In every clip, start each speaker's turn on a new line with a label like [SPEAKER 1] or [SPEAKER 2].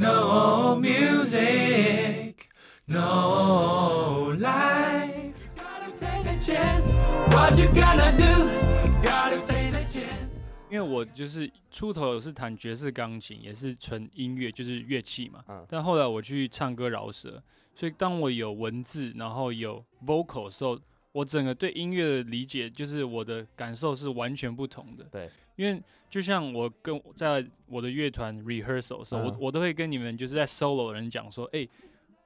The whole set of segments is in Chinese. [SPEAKER 1] No music, no life. Gotta take the chance. What you gonna do? Gotta take the chance.
[SPEAKER 2] 因为我就是出头是弹爵士钢琴，也是纯音乐，就是乐器嘛。
[SPEAKER 3] 嗯
[SPEAKER 2] 但后来我去唱歌饶舌，所以当我有文字，然后有 vocal 的时候，我整个对音乐的理解，就是我的感受是完全不同的。
[SPEAKER 3] 对，
[SPEAKER 2] 因为就像我跟在我的乐团 rehearsal 的时候，
[SPEAKER 3] 嗯
[SPEAKER 2] 我我都会跟你们就是在 solo 的人讲说，哎、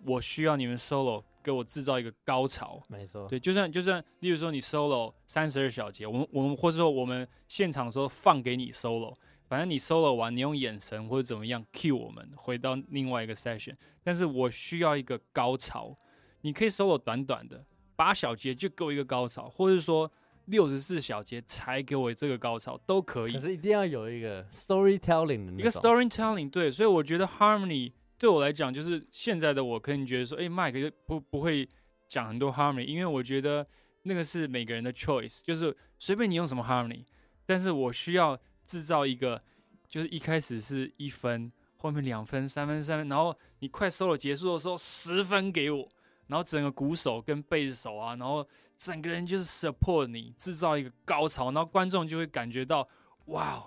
[SPEAKER 2] 我需要你们 solo 给我制造一个高潮。
[SPEAKER 3] 没错，
[SPEAKER 2] 对，就算就算，例如说你 solo 三十二小节，我们我们或者说我们现场的时候放给你 solo，反正你 solo 完，你用眼神或者怎么样 cue 我们回到另外一个 session，但是我需要一个高潮，你可以 solo 短短的八小节就给我一个高潮，或者说六十四小节才给我这个高潮都可以
[SPEAKER 3] 可，是一定要有一个 storytelling 的那
[SPEAKER 2] 一个
[SPEAKER 3] 种
[SPEAKER 2] storytelling 对，所以我觉得 harmony 对我来讲，就是现在的我可能觉得说，哎、m i k e 不不会讲很多 harmony，因为我觉得那个是每个人的 choice，就是随便你用什么 harmony，但是我需要制造一个，就是一开始是一分，后面两分、三分、三分，然后你快 solo 结束的时候十分给我。然后整个鼓手跟贝斯手啊，然后整个人就是 support 你，制造一个高潮，然后观众就会感觉到，哇哦，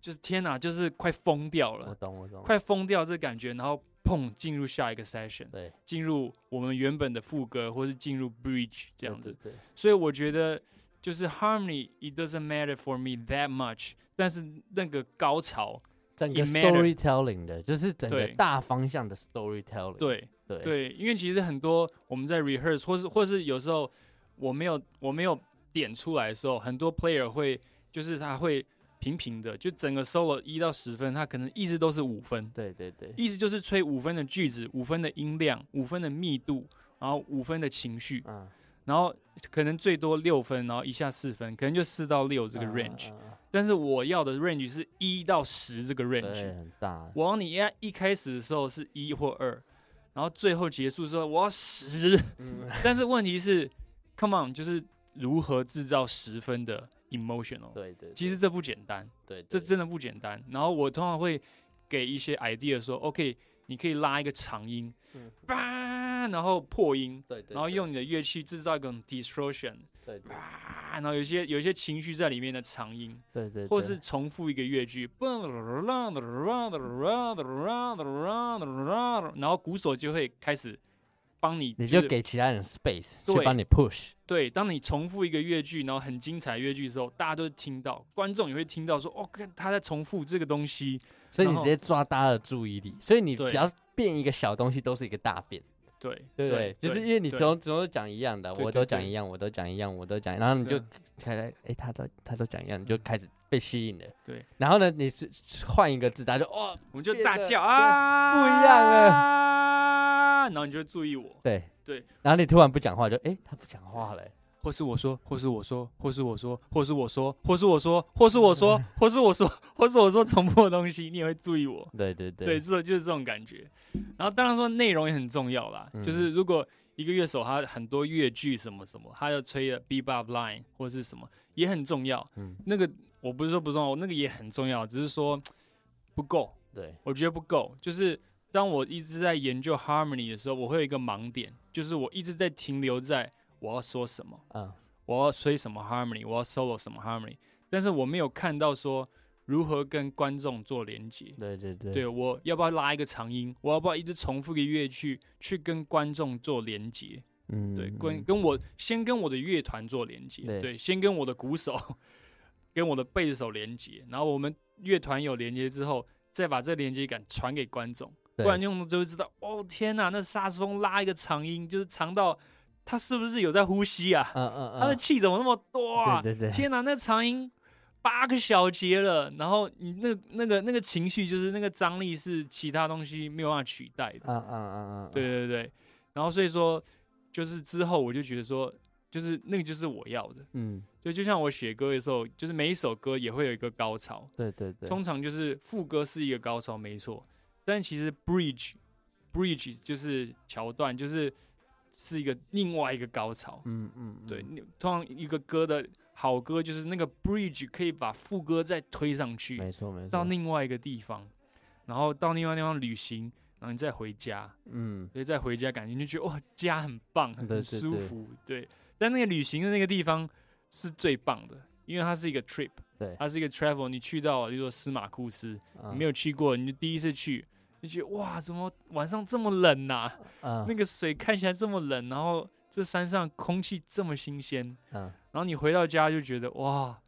[SPEAKER 2] 就是天哪，就是快疯掉
[SPEAKER 3] 我
[SPEAKER 2] 了，
[SPEAKER 3] 懂我懂，
[SPEAKER 2] 快疯掉这感觉，然后砰进入下一个 session，
[SPEAKER 3] 对，
[SPEAKER 2] 进入我们原本的副歌，或是进入 bridge 这样子。
[SPEAKER 3] 对，对
[SPEAKER 2] 所以我觉得就是 harmony it doesn't matter for me that much，但是那个高潮，
[SPEAKER 3] 整个
[SPEAKER 2] it matter
[SPEAKER 3] storytelling 的，就是整个
[SPEAKER 2] 对
[SPEAKER 3] 大方向的 storytelling。
[SPEAKER 2] 对
[SPEAKER 3] 对
[SPEAKER 2] 对，因为其实很多我们在 rehearse 或是或是有时候我没有我没有点出来的时候，很多 player 会就是他会平平的，就整个 solo 一到十分，他可能一直都是五分，
[SPEAKER 3] 对对对
[SPEAKER 2] 意思就是吹五分的句子、五分的音量、五分的密度，然后五分的情绪，
[SPEAKER 3] 嗯，
[SPEAKER 2] 然后可能最多六分，然后一下四分，可能就四到六这个
[SPEAKER 3] 嗯
[SPEAKER 2] range。
[SPEAKER 3] 嗯嗯嗯
[SPEAKER 2] 但是我要的 range 是一到十这个
[SPEAKER 3] 对
[SPEAKER 2] range，
[SPEAKER 3] 很大，
[SPEAKER 2] 我要你一一开始的时候是一或二，然后最后结束的时候我要十。
[SPEAKER 3] 嗯，
[SPEAKER 2] 但是问题是，come on，就是如何制造十分的 emotional？
[SPEAKER 3] 对对，
[SPEAKER 2] 其实这不简单。
[SPEAKER 3] 对，
[SPEAKER 2] 这
[SPEAKER 3] 对
[SPEAKER 2] 真的不简单。然后我通常会给一些 idea 说，OK，你可以拉一个长音
[SPEAKER 3] 嗯，
[SPEAKER 2] 叭、然后破音，
[SPEAKER 3] 对对，
[SPEAKER 2] 然后
[SPEAKER 3] 对
[SPEAKER 2] 用你的乐器制造一种 distortion，
[SPEAKER 3] 对对
[SPEAKER 2] 啊，然后有一些有一些情绪在里面的长音，
[SPEAKER 3] 对对，
[SPEAKER 2] 或
[SPEAKER 3] 对
[SPEAKER 2] 是重复一个乐句，然后鼓手就会开始帮你，
[SPEAKER 3] 你
[SPEAKER 2] 是
[SPEAKER 3] 就给其他人 space
[SPEAKER 2] 对
[SPEAKER 3] 去帮你 push。
[SPEAKER 2] 对，当你重复一个乐句，然后很精彩的乐句的时候，大家都听到，观众也会听到说，哦，看他在重复这个东西，
[SPEAKER 3] 所以
[SPEAKER 2] 然
[SPEAKER 3] 你
[SPEAKER 2] 后
[SPEAKER 3] 直接抓大家的注意力，所以你
[SPEAKER 2] 对
[SPEAKER 3] 只要变一个小东西，都是一个大变，
[SPEAKER 2] 对
[SPEAKER 3] 对不对？就是因为你
[SPEAKER 2] 对
[SPEAKER 3] 总总都讲一样的，
[SPEAKER 2] 对
[SPEAKER 3] 我
[SPEAKER 2] 对
[SPEAKER 3] 都
[SPEAKER 2] 对
[SPEAKER 3] 讲一样，我都讲一样，我都讲，然后你就
[SPEAKER 2] 对嗯
[SPEAKER 3] 开始，哎，他都他都讲一样，你就开始被吸引了。
[SPEAKER 2] 对，
[SPEAKER 3] 然后呢，你是是换一个字，大家就哦，
[SPEAKER 2] 我们就
[SPEAKER 3] 变
[SPEAKER 2] 大
[SPEAKER 3] 得
[SPEAKER 2] 叫
[SPEAKER 3] 对
[SPEAKER 2] 啊，
[SPEAKER 3] 不一样了
[SPEAKER 2] 啊，然后你就会注意我，
[SPEAKER 3] 对
[SPEAKER 2] 对，
[SPEAKER 3] 然后你突然不讲话，就哎，他不讲话了，
[SPEAKER 2] 或是我说，或是我说，或是我说，或是我说，或是我说，或是我说，或是我说，或是我说重复的东西，你也会注意我。
[SPEAKER 3] 对对
[SPEAKER 2] 对，，这就是这种感觉。然后当然说内容也很重要啦，就是如果一个乐手他很多乐句什么什么，他要吹的 bebop line 或是什么也很重要。
[SPEAKER 3] 嗯
[SPEAKER 2] 那个我不是说不重要，那个也很重要，只是说不够。
[SPEAKER 3] 对，
[SPEAKER 2] 我觉得不够。就是当我一直在研究 harmony 的时候，我会有一个盲点，就是我一直在停留在我要说什么，
[SPEAKER 3] 嗯，
[SPEAKER 2] 我要吹什么 harmony，我要 solo 什么 harmony，但是我没有看到说如何跟观众做连接。
[SPEAKER 3] 对对对，
[SPEAKER 2] 对，我要不要拉一个长音？我要不要一直重复一个乐句去跟观众做连接？
[SPEAKER 3] 嗯，
[SPEAKER 2] 对，
[SPEAKER 3] 嗯
[SPEAKER 2] 跟跟我先跟我的乐团做连接，
[SPEAKER 3] 对
[SPEAKER 2] 对，先跟我的鼓手、 跟我的贝斯手连接，然后我们乐团有连接之后，再把这连接感传给观众，
[SPEAKER 3] 对
[SPEAKER 2] 不然用就会知道，哦天呐，那萨克斯风拉一个长音，就是长到他是不是有在呼吸啊？
[SPEAKER 3] 嗯嗯
[SPEAKER 2] 他的
[SPEAKER 3] 嗯，
[SPEAKER 2] 气怎么那么多啊？
[SPEAKER 3] 对对对，
[SPEAKER 2] 天哪，那长音八个小节了，然后你那那个那个情绪就是那个张力是其他东西没有办法取代的。
[SPEAKER 3] 嗯嗯嗯嗯，
[SPEAKER 2] 对对对，然后所以说，就是之后我就觉得说，就是那个就是我要的，
[SPEAKER 3] 嗯，
[SPEAKER 2] 就就像我写歌的时候，就是每一首歌也会有一个高潮，
[SPEAKER 3] 对对对，
[SPEAKER 2] 通常就是副歌是一个高潮，没错，但其实 bridge bridge 就是桥段，就是是一个另外一个高潮，
[SPEAKER 3] 嗯嗯，
[SPEAKER 2] 对，
[SPEAKER 3] 嗯
[SPEAKER 2] 你通常一个歌的好歌就是那个 bridge 可以把副歌再推上去，
[SPEAKER 3] 没错没错，
[SPEAKER 2] 到另外一个地方。然后到另外地方旅行，然后你再回家，
[SPEAKER 3] 嗯，
[SPEAKER 2] 所以再回家感觉你就觉得哇，家很棒，很
[SPEAKER 3] 对
[SPEAKER 2] 很
[SPEAKER 3] 对
[SPEAKER 2] 舒
[SPEAKER 3] 对
[SPEAKER 2] 服，对。但那个旅行的那个地方是最棒的，因为它是一个 trip，
[SPEAKER 3] 对
[SPEAKER 2] 它是一个 travel。你去到，比如说司马库斯，
[SPEAKER 3] 啊
[SPEAKER 2] 你没有去过，你就第一次去，你就觉得哇，怎么晚上这么冷呐、
[SPEAKER 3] 啊
[SPEAKER 2] 那个水看起来这么冷，然后这山上空气这么新鲜，
[SPEAKER 3] 啊
[SPEAKER 2] 然后你回到家就觉得哇，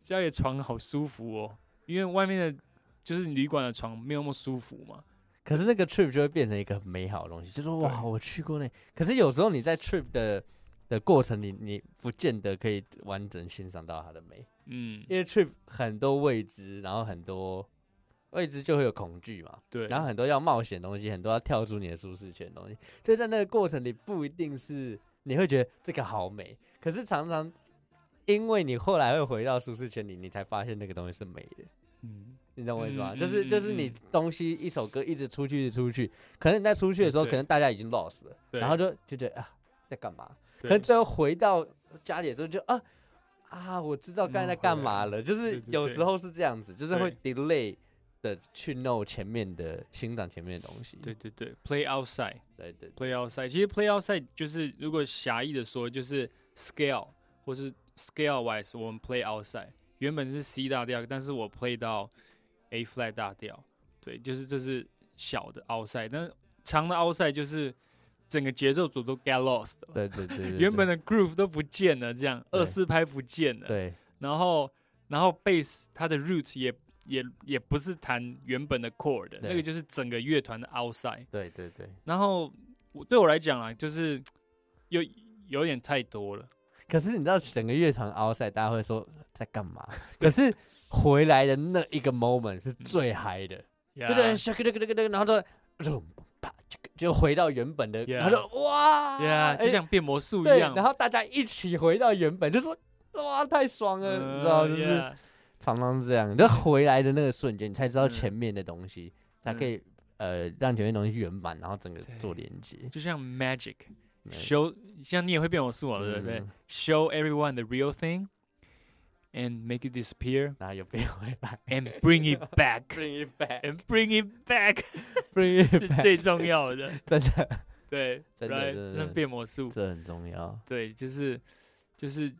[SPEAKER 2] 家里的床好舒服哦，因为外面的就是旅馆的床没有那么舒服嘛。
[SPEAKER 3] 可是那个 trip 就会变成一个很美好的东西，就说哇，
[SPEAKER 2] 对
[SPEAKER 3] 我去过那。可是有时候你在 trip 的的过程里，你不见得可以完整欣赏到它的美，
[SPEAKER 2] 嗯，
[SPEAKER 3] 因为 trip 很多未知，然后很多未知就会有恐惧嘛，
[SPEAKER 2] 对，
[SPEAKER 3] 然后很多要冒险的东西，很多要跳出你的舒适圈的东西，所以在那个过程里不一定是你会觉得这个好美，可是常常因为你后来会回到舒适圈里，你才发现那个东西是美的。
[SPEAKER 2] 嗯，
[SPEAKER 3] 你懂我意思吗？
[SPEAKER 2] 嗯
[SPEAKER 3] 就是就是
[SPEAKER 2] 嗯嗯
[SPEAKER 3] 你
[SPEAKER 2] 嗯
[SPEAKER 3] 东西一首歌一直出去一直出去，可能你在出去的时候，
[SPEAKER 2] 对
[SPEAKER 3] 可能大家已经 lost 了，
[SPEAKER 2] 对，
[SPEAKER 3] 然后就就觉得啊在干嘛？可
[SPEAKER 2] 对
[SPEAKER 3] 能最后回到家里的时候就啊啊我知道刚才
[SPEAKER 2] 嗯
[SPEAKER 3] 在干
[SPEAKER 2] 回来
[SPEAKER 3] 嘛
[SPEAKER 2] 了
[SPEAKER 3] 了，就是
[SPEAKER 2] 对对
[SPEAKER 3] 有
[SPEAKER 2] 对
[SPEAKER 3] 时候是这样子，就是会 delay 的去 know 前面的欣赏前面的东西。
[SPEAKER 2] 对对对，play outside。
[SPEAKER 3] 对对
[SPEAKER 2] play outside，其实 play outside 就是如果狭义的说，就是 scale 或是 scale wise，我们 play outside 原本是 C 大调，但是我 play 到 A flat 大调，对，就是这是小的 outside，但是长的 outside 就是整个节奏组都 get lost 了，
[SPEAKER 3] 对对对对，对
[SPEAKER 2] 原本的 groove 都不见了，这样
[SPEAKER 3] 对
[SPEAKER 2] 二四拍不见了，
[SPEAKER 3] 对
[SPEAKER 2] 然后然后 bass 它的 root 也也也不是弹原本的 chord，的
[SPEAKER 3] 对
[SPEAKER 2] 那个就是整个乐团的 outside。
[SPEAKER 3] 对对对，
[SPEAKER 2] 然后我对我来讲啊，就是有有点太多了。
[SPEAKER 3] 可是你知道整个乐团 outside 大家会说在 干嘛？可是回来的那一个 moment
[SPEAKER 2] 嗯
[SPEAKER 3] 是最嗨的。
[SPEAKER 2] 就
[SPEAKER 3] 就是这个这个这个这个，然后就就啪这个就回到原本的
[SPEAKER 2] Yeah
[SPEAKER 3] 然后就哇，
[SPEAKER 2] 对啊，
[SPEAKER 3] 哎
[SPEAKER 2] 就像变魔术一
[SPEAKER 3] 对，
[SPEAKER 2] 样。
[SPEAKER 3] 然后大家一起回到原本，就说哇太爽了，你知道，
[SPEAKER 2] 嗯
[SPEAKER 3] 就是
[SPEAKER 2] ，yeah，
[SPEAKER 3] 常常是这样，就回来的那个瞬间，你才知道
[SPEAKER 2] 嗯
[SPEAKER 3] 前面的东西，才可以呃让前面东西圆满，然后整个做连接，
[SPEAKER 2] 就像 magic
[SPEAKER 3] 嗯
[SPEAKER 2] show，像你也会变魔术嘛，啊对不对
[SPEAKER 3] 嗯
[SPEAKER 2] ？Show everyone the real thing and make it disappear
[SPEAKER 3] 然后又变回 来
[SPEAKER 2] and bring it back
[SPEAKER 3] ，bring it back，bring
[SPEAKER 2] and bring it back
[SPEAKER 3] it
[SPEAKER 2] 是
[SPEAKER 3] back，
[SPEAKER 2] 最重要的。
[SPEAKER 3] 真的
[SPEAKER 2] 对
[SPEAKER 3] 真的
[SPEAKER 2] ，right，
[SPEAKER 3] 真的
[SPEAKER 2] 就
[SPEAKER 3] 真
[SPEAKER 2] 像
[SPEAKER 3] 的
[SPEAKER 2] 变魔术。
[SPEAKER 3] 这很重要，
[SPEAKER 2] 对，就是就是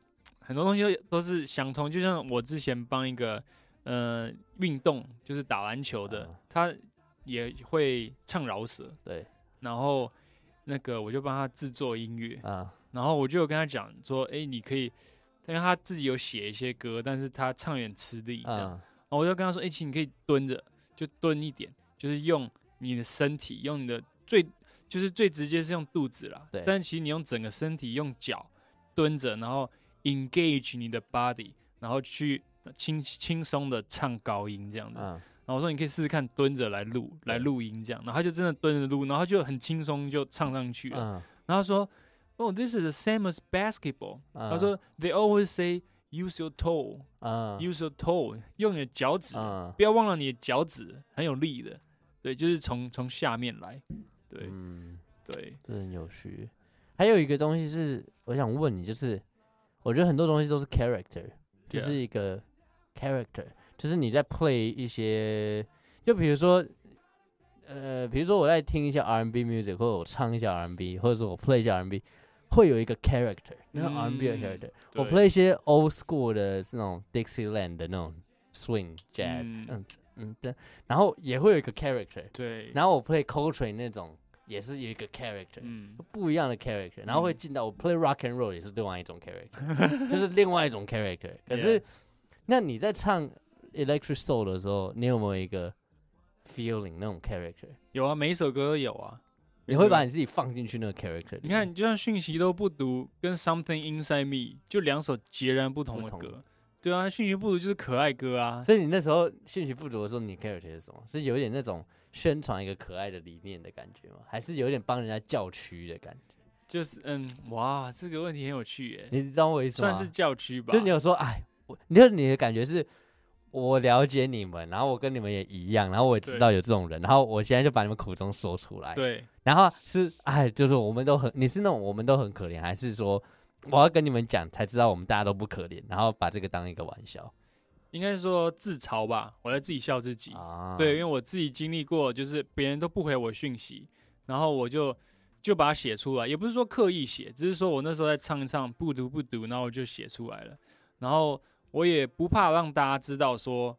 [SPEAKER 2] 很多东西都都是相通，就像我之前帮一个呃运动，就是打篮球的，
[SPEAKER 3] 啊
[SPEAKER 2] 他也会唱饶舌，
[SPEAKER 3] 对，
[SPEAKER 2] 然后那个我就帮他制作音乐，
[SPEAKER 3] 啊，
[SPEAKER 2] 然后我就有跟他讲说，哎、你可以，因为他自己有写一些歌，但是他唱有点吃力这样，
[SPEAKER 3] 嗯，
[SPEAKER 2] 然后我就跟他说：“哎、其实你可以蹲着，就蹲一点，就是用你的身体，用你的最就是最直接是用肚子啦。
[SPEAKER 3] 对
[SPEAKER 2] 但其实你用整个身体，用脚蹲着，然后 engage 你的 body，然后去轻轻松的唱高音这样子。
[SPEAKER 3] 嗯，
[SPEAKER 2] 然后我说你可以试试看蹲着来录
[SPEAKER 3] 对
[SPEAKER 2] 来录音这样。然后他就真的蹲着录，然后他就很轻松就唱上去了。
[SPEAKER 3] 嗯，
[SPEAKER 2] 然后他说：Oh, this is the same as basketball、
[SPEAKER 3] 嗯
[SPEAKER 2] 他说：They always say use your toe,
[SPEAKER 3] 嗯，
[SPEAKER 2] use your toe，用你的脚趾。
[SPEAKER 3] 嗯
[SPEAKER 2] 不要忘了你的脚趾很有力的，对，就是从从下面来，对、
[SPEAKER 3] 嗯。
[SPEAKER 2] 对，
[SPEAKER 3] 这很有趣。还有一个东西是我想问你，就是我觉得很多东西都是 character，就
[SPEAKER 2] Yeah
[SPEAKER 3] 是一个 character，就是你在 play 一些，就比如说，呃，比如说我在听一下 R&B music，或者我唱一下 R&B，或者是我 play 一下 R&B，会有一个 character，那个 R&B 的
[SPEAKER 2] 嗯
[SPEAKER 3] character。我
[SPEAKER 2] 对
[SPEAKER 3] play 一些 old school 的是那种 Dixieland 的那种 swing jazz，
[SPEAKER 2] 嗯
[SPEAKER 3] 嗯嗯的，然后也会有一个 character，
[SPEAKER 2] 对，
[SPEAKER 3] 然后我 play Coltrane 那种也是有一个 character，
[SPEAKER 2] 嗯，
[SPEAKER 3] 不一样的 character，然后会
[SPEAKER 2] 嗯
[SPEAKER 3] 进到我 play rock and roll 也是另外一种 character，就是 另外一种 character。可是
[SPEAKER 2] Yeah
[SPEAKER 3] 那你在唱 electric soul 的时候，你有没有一个 feeling 那种 character？
[SPEAKER 2] 有啊，每一首歌都有啊，
[SPEAKER 3] 你会把你自己放进去那个 character？里
[SPEAKER 2] 你
[SPEAKER 3] 面
[SPEAKER 2] 看，就像讯息都不读跟 Something Inside Me 就两首截然不同
[SPEAKER 3] 不
[SPEAKER 2] 的
[SPEAKER 3] 同
[SPEAKER 2] 歌，对啊，讯息不读就是可爱歌啊，
[SPEAKER 3] 所以你那时候信息不足的时候，你 character 是什么？是有点那种宣传一个可爱的理念的感觉吗？还是有点帮人家叫屈的感觉？
[SPEAKER 2] 就是嗯，哇，这个问题很有趣耶，
[SPEAKER 3] 你知道我意思吗？
[SPEAKER 2] 算是教区吧，
[SPEAKER 3] 就你有说，哎，我，你就你的感觉是，我了解你们，然后我跟你们也一样，然后我也知
[SPEAKER 2] 对
[SPEAKER 3] 道有这种人，然后我现在就把你们苦衷说出来。，
[SPEAKER 2] 对，
[SPEAKER 3] 然后是，哎，就是我们都很，你是那种我们都很可怜，还是说我要跟你们讲才知道我们大家都不可怜，然后把这个当一个玩笑？
[SPEAKER 2] 应该说自嘲吧，我在自己笑自己。
[SPEAKER 3] 啊，
[SPEAKER 2] 对，因为我自己经历过，就是别人都不回我讯息，然后我就就把它写出来，也不是说刻意写，只是说我那时候在唱一唱，不读不读，然后我就写出来了。然后我也不怕让大家知道说，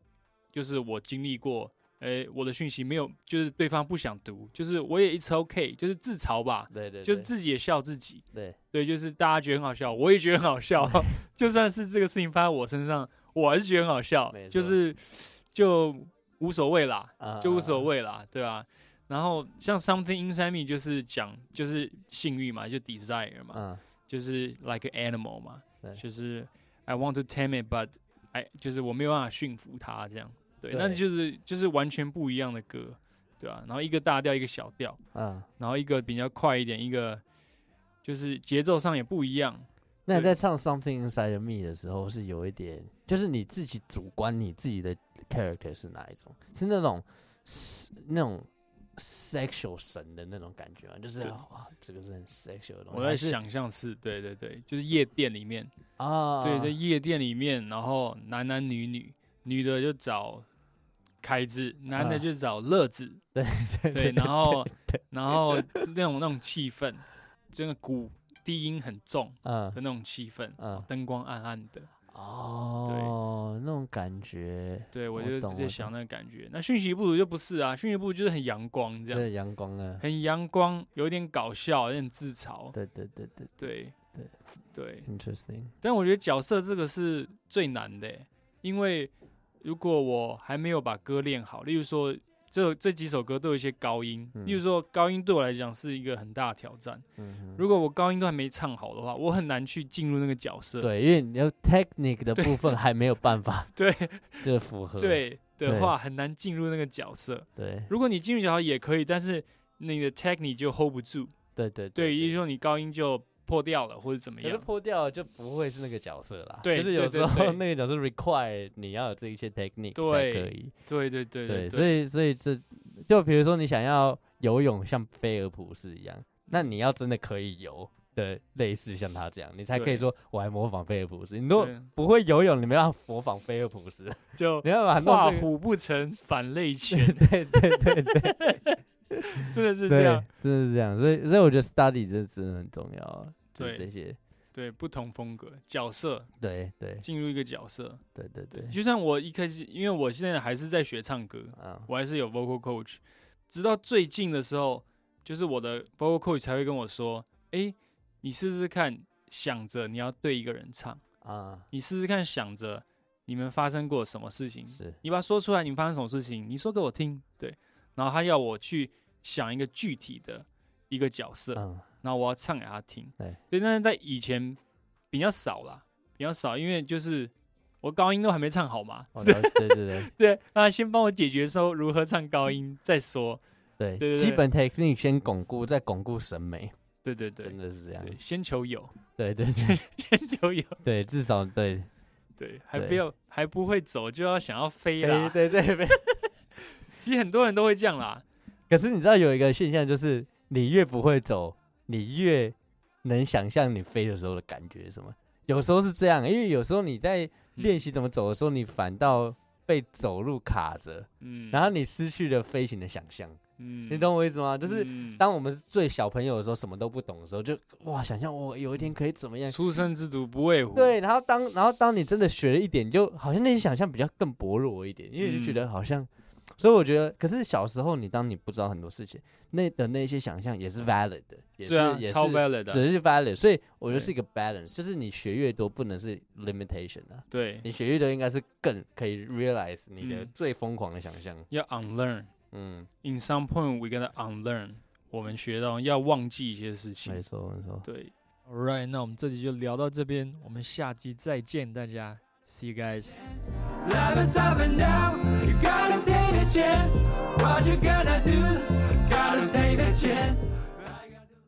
[SPEAKER 2] 就是我经历过，诶，我的讯息没有，就是对方不想读，就是我也 it's okay，就是自嘲吧，
[SPEAKER 3] 对对，
[SPEAKER 2] 就是
[SPEAKER 3] 对
[SPEAKER 2] 自己也笑自己。
[SPEAKER 3] 对
[SPEAKER 2] 对，就是大家觉得很好笑，我也觉得很好笑。 就算是这个事情发在我身上，我还是觉得很好笑
[SPEAKER 3] 没，错
[SPEAKER 2] 就是就无所谓啦，
[SPEAKER 3] 啊
[SPEAKER 2] 就无所谓啦，对吧、然后像 Something Inside Me 就是讲就是性欲嘛，就 desire 嘛，
[SPEAKER 3] 嗯
[SPEAKER 2] 就是 like an animal 嘛
[SPEAKER 3] 对，
[SPEAKER 2] 就是 I want to tame it but I 就是我没有办法驯服它这样。对，
[SPEAKER 3] 对
[SPEAKER 2] 那就是就是完全不一样的歌，对吧、啊然后一个大调，一个小调。
[SPEAKER 3] 嗯。
[SPEAKER 2] 然后一个比较快一点，一个就是节奏上也不一样。
[SPEAKER 3] 那你
[SPEAKER 2] 对
[SPEAKER 3] 在唱《Something Inside of Me》的时候，是有一点，就是你自己主观你自己的 character 是哪一种？是那种是那种 sexual 神的那种感觉吗？就是
[SPEAKER 2] 对
[SPEAKER 3] 哇，这个是很 sexual 的东西。
[SPEAKER 2] 我在
[SPEAKER 3] 还是
[SPEAKER 2] 想象是，对对对，就是夜店里面，
[SPEAKER 3] 啊，
[SPEAKER 2] 对，在夜店里面，然后男男女女，女的就找凯子，男的
[SPEAKER 3] 啊
[SPEAKER 2] 就找乐子，
[SPEAKER 3] 对
[SPEAKER 2] 对，然后然后那种那种气氛，真的鼓低音很重
[SPEAKER 3] 嗯
[SPEAKER 2] 的那种气氛，
[SPEAKER 3] 嗯
[SPEAKER 2] 灯光暗暗的，
[SPEAKER 3] 哦，那种感觉，
[SPEAKER 2] 对我
[SPEAKER 3] 我
[SPEAKER 2] 就
[SPEAKER 3] 懂
[SPEAKER 2] 直接
[SPEAKER 3] 我
[SPEAKER 2] 想那个感觉。那讯息不如就不是啊，讯息不如就是很阳光这样。
[SPEAKER 3] 对阳光啊，
[SPEAKER 2] 很阳光，有点搞笑，有点自嘲，
[SPEAKER 3] 对对对对
[SPEAKER 2] 对
[SPEAKER 3] 对
[SPEAKER 2] 对。
[SPEAKER 3] ，interesting，
[SPEAKER 2] 但我觉得角色这个是最难的欸，因为如果我还没有把歌练好，例如说这这几首歌都有一些高音，
[SPEAKER 3] 嗯
[SPEAKER 2] 例如说高音对我来讲是一个很大的挑战。
[SPEAKER 3] 嗯哼，
[SPEAKER 2] 如果我高音都还没唱好的话，我很难去进入那个角色。
[SPEAKER 3] 对，因为你要 technique 的部 分还没有办法
[SPEAKER 2] 对
[SPEAKER 3] 就是符合，
[SPEAKER 2] 对
[SPEAKER 3] 对
[SPEAKER 2] 的话，很难进入那个角色。
[SPEAKER 3] 对
[SPEAKER 2] 如果你进入角色也可以，但是你的 technique 就 hold 不住，
[SPEAKER 3] 对对
[SPEAKER 2] 对，也就是说你高音就破掉了或者怎么
[SPEAKER 3] 可是
[SPEAKER 2] 样。
[SPEAKER 3] 破掉了就不会是那个角色啦，
[SPEAKER 2] 对
[SPEAKER 3] 就是有
[SPEAKER 2] 对
[SPEAKER 3] 时
[SPEAKER 2] 对
[SPEAKER 3] 候
[SPEAKER 2] 对
[SPEAKER 3] 那个角色 require 你要有这一些 technique 才
[SPEAKER 2] 对
[SPEAKER 3] 可以，
[SPEAKER 2] 对对对对，
[SPEAKER 3] 所以所以这就比如说你想要游泳像菲尔普斯一样，那你要真的可以游的类似像他这样，你才可以
[SPEAKER 2] 对
[SPEAKER 3] 说我还模仿菲尔普斯。你如果
[SPEAKER 2] 对
[SPEAKER 3] 不会游泳，你没办法模仿菲尔 普斯，
[SPEAKER 2] 就
[SPEAKER 3] 你要把它
[SPEAKER 2] 画
[SPEAKER 3] 弄这个
[SPEAKER 2] 虎不成反 类犬，
[SPEAKER 3] 对对对对
[SPEAKER 2] 真的是这
[SPEAKER 3] 对
[SPEAKER 2] 样。，
[SPEAKER 3] 真的是这样。所以所以我觉得 study 这真的很重要啊，就是
[SPEAKER 2] 对
[SPEAKER 3] 这些，
[SPEAKER 2] 对，不同风格角色
[SPEAKER 3] 对对
[SPEAKER 2] 进入一个角色，
[SPEAKER 3] 对对对，
[SPEAKER 2] 就像我一开始，因为我现在还是在学唱歌，
[SPEAKER 3] 啊
[SPEAKER 2] 我还是有 vocal coach，直到最近的时候，就是我的 vocal coach 才会跟我说：“诶，你试试看，想着你要对一个人唱，
[SPEAKER 3] 啊
[SPEAKER 2] 你试试看，想着你们发生过什么事情，
[SPEAKER 3] 是
[SPEAKER 2] 你把它说出来，你们发生什么事情，你说给我听。”对，然后他要我去想一个具体的一个角色，
[SPEAKER 3] 嗯。
[SPEAKER 2] 然后我要唱给他听。
[SPEAKER 3] 对，
[SPEAKER 2] 对，但是在以前比较少啦，比较少，因为就是我高音都还没唱好嘛。
[SPEAKER 3] 哦，了解对对
[SPEAKER 2] 对，那先帮我解决说如何唱高音再说。
[SPEAKER 3] 对对，
[SPEAKER 2] 对
[SPEAKER 3] 基
[SPEAKER 2] 对
[SPEAKER 3] 本 technique 先巩固，再巩固审美，
[SPEAKER 2] 对对对
[SPEAKER 3] 真的啊是这样。
[SPEAKER 2] 对，先求有，
[SPEAKER 3] 对对对
[SPEAKER 2] 先求有，
[SPEAKER 3] 对，至少对
[SPEAKER 2] 对，还不
[SPEAKER 3] 对
[SPEAKER 2] 要还不会走就要想要 飞
[SPEAKER 3] 对
[SPEAKER 2] 啦。
[SPEAKER 3] 对对。对
[SPEAKER 2] 其实很多人都会这样啦，
[SPEAKER 3] 可是你知道有一个现象，就是你越不会走，你越能想象你飞的时候的感觉是什么。有时候是这样，因为有时候你在
[SPEAKER 2] 嗯
[SPEAKER 3] 练习怎么走的时候，你反倒被走路卡着，
[SPEAKER 2] 嗯，
[SPEAKER 3] 然后你失去了飞行的想象。
[SPEAKER 2] 嗯
[SPEAKER 3] 你，懂我意思吗？就是
[SPEAKER 2] 嗯
[SPEAKER 3] 当我们最小朋友的时候，什么都不懂的时候，就哇，想象我有一天可以怎么样，
[SPEAKER 2] 初生之犊不畏虎。
[SPEAKER 3] 对，然后当然后当你真的学了一点，你就好像那些想象比较更薄弱一点，因为你就觉
[SPEAKER 2] 嗯
[SPEAKER 3] 得好像，所以我觉得，可是小时候你当你不知道很多事情，那的那些想象也是 valid 的，也是、
[SPEAKER 2] 对啊
[SPEAKER 3] 也，是
[SPEAKER 2] 超 valid 的，
[SPEAKER 3] 只是 valid，所以我觉得
[SPEAKER 2] 对
[SPEAKER 3] 是一个 balance，就是你学越多不能是 limitation 啊，
[SPEAKER 2] 对，
[SPEAKER 3] 你学越多应该是更可以 realize 你的
[SPEAKER 2] 嗯
[SPEAKER 3] 最疯狂的想象，
[SPEAKER 2] 要 unlearn。
[SPEAKER 3] 嗯，
[SPEAKER 2] In some point, we gonna unlearn。我们学到要忘记一些事情
[SPEAKER 3] 没。错没错，
[SPEAKER 2] 对，All right，那我们这集就聊到这边，我们下集再见，大家，See you guys。
[SPEAKER 1] Life is up and down. You gotta take the chance. What you gonna do? Gotta take the chance.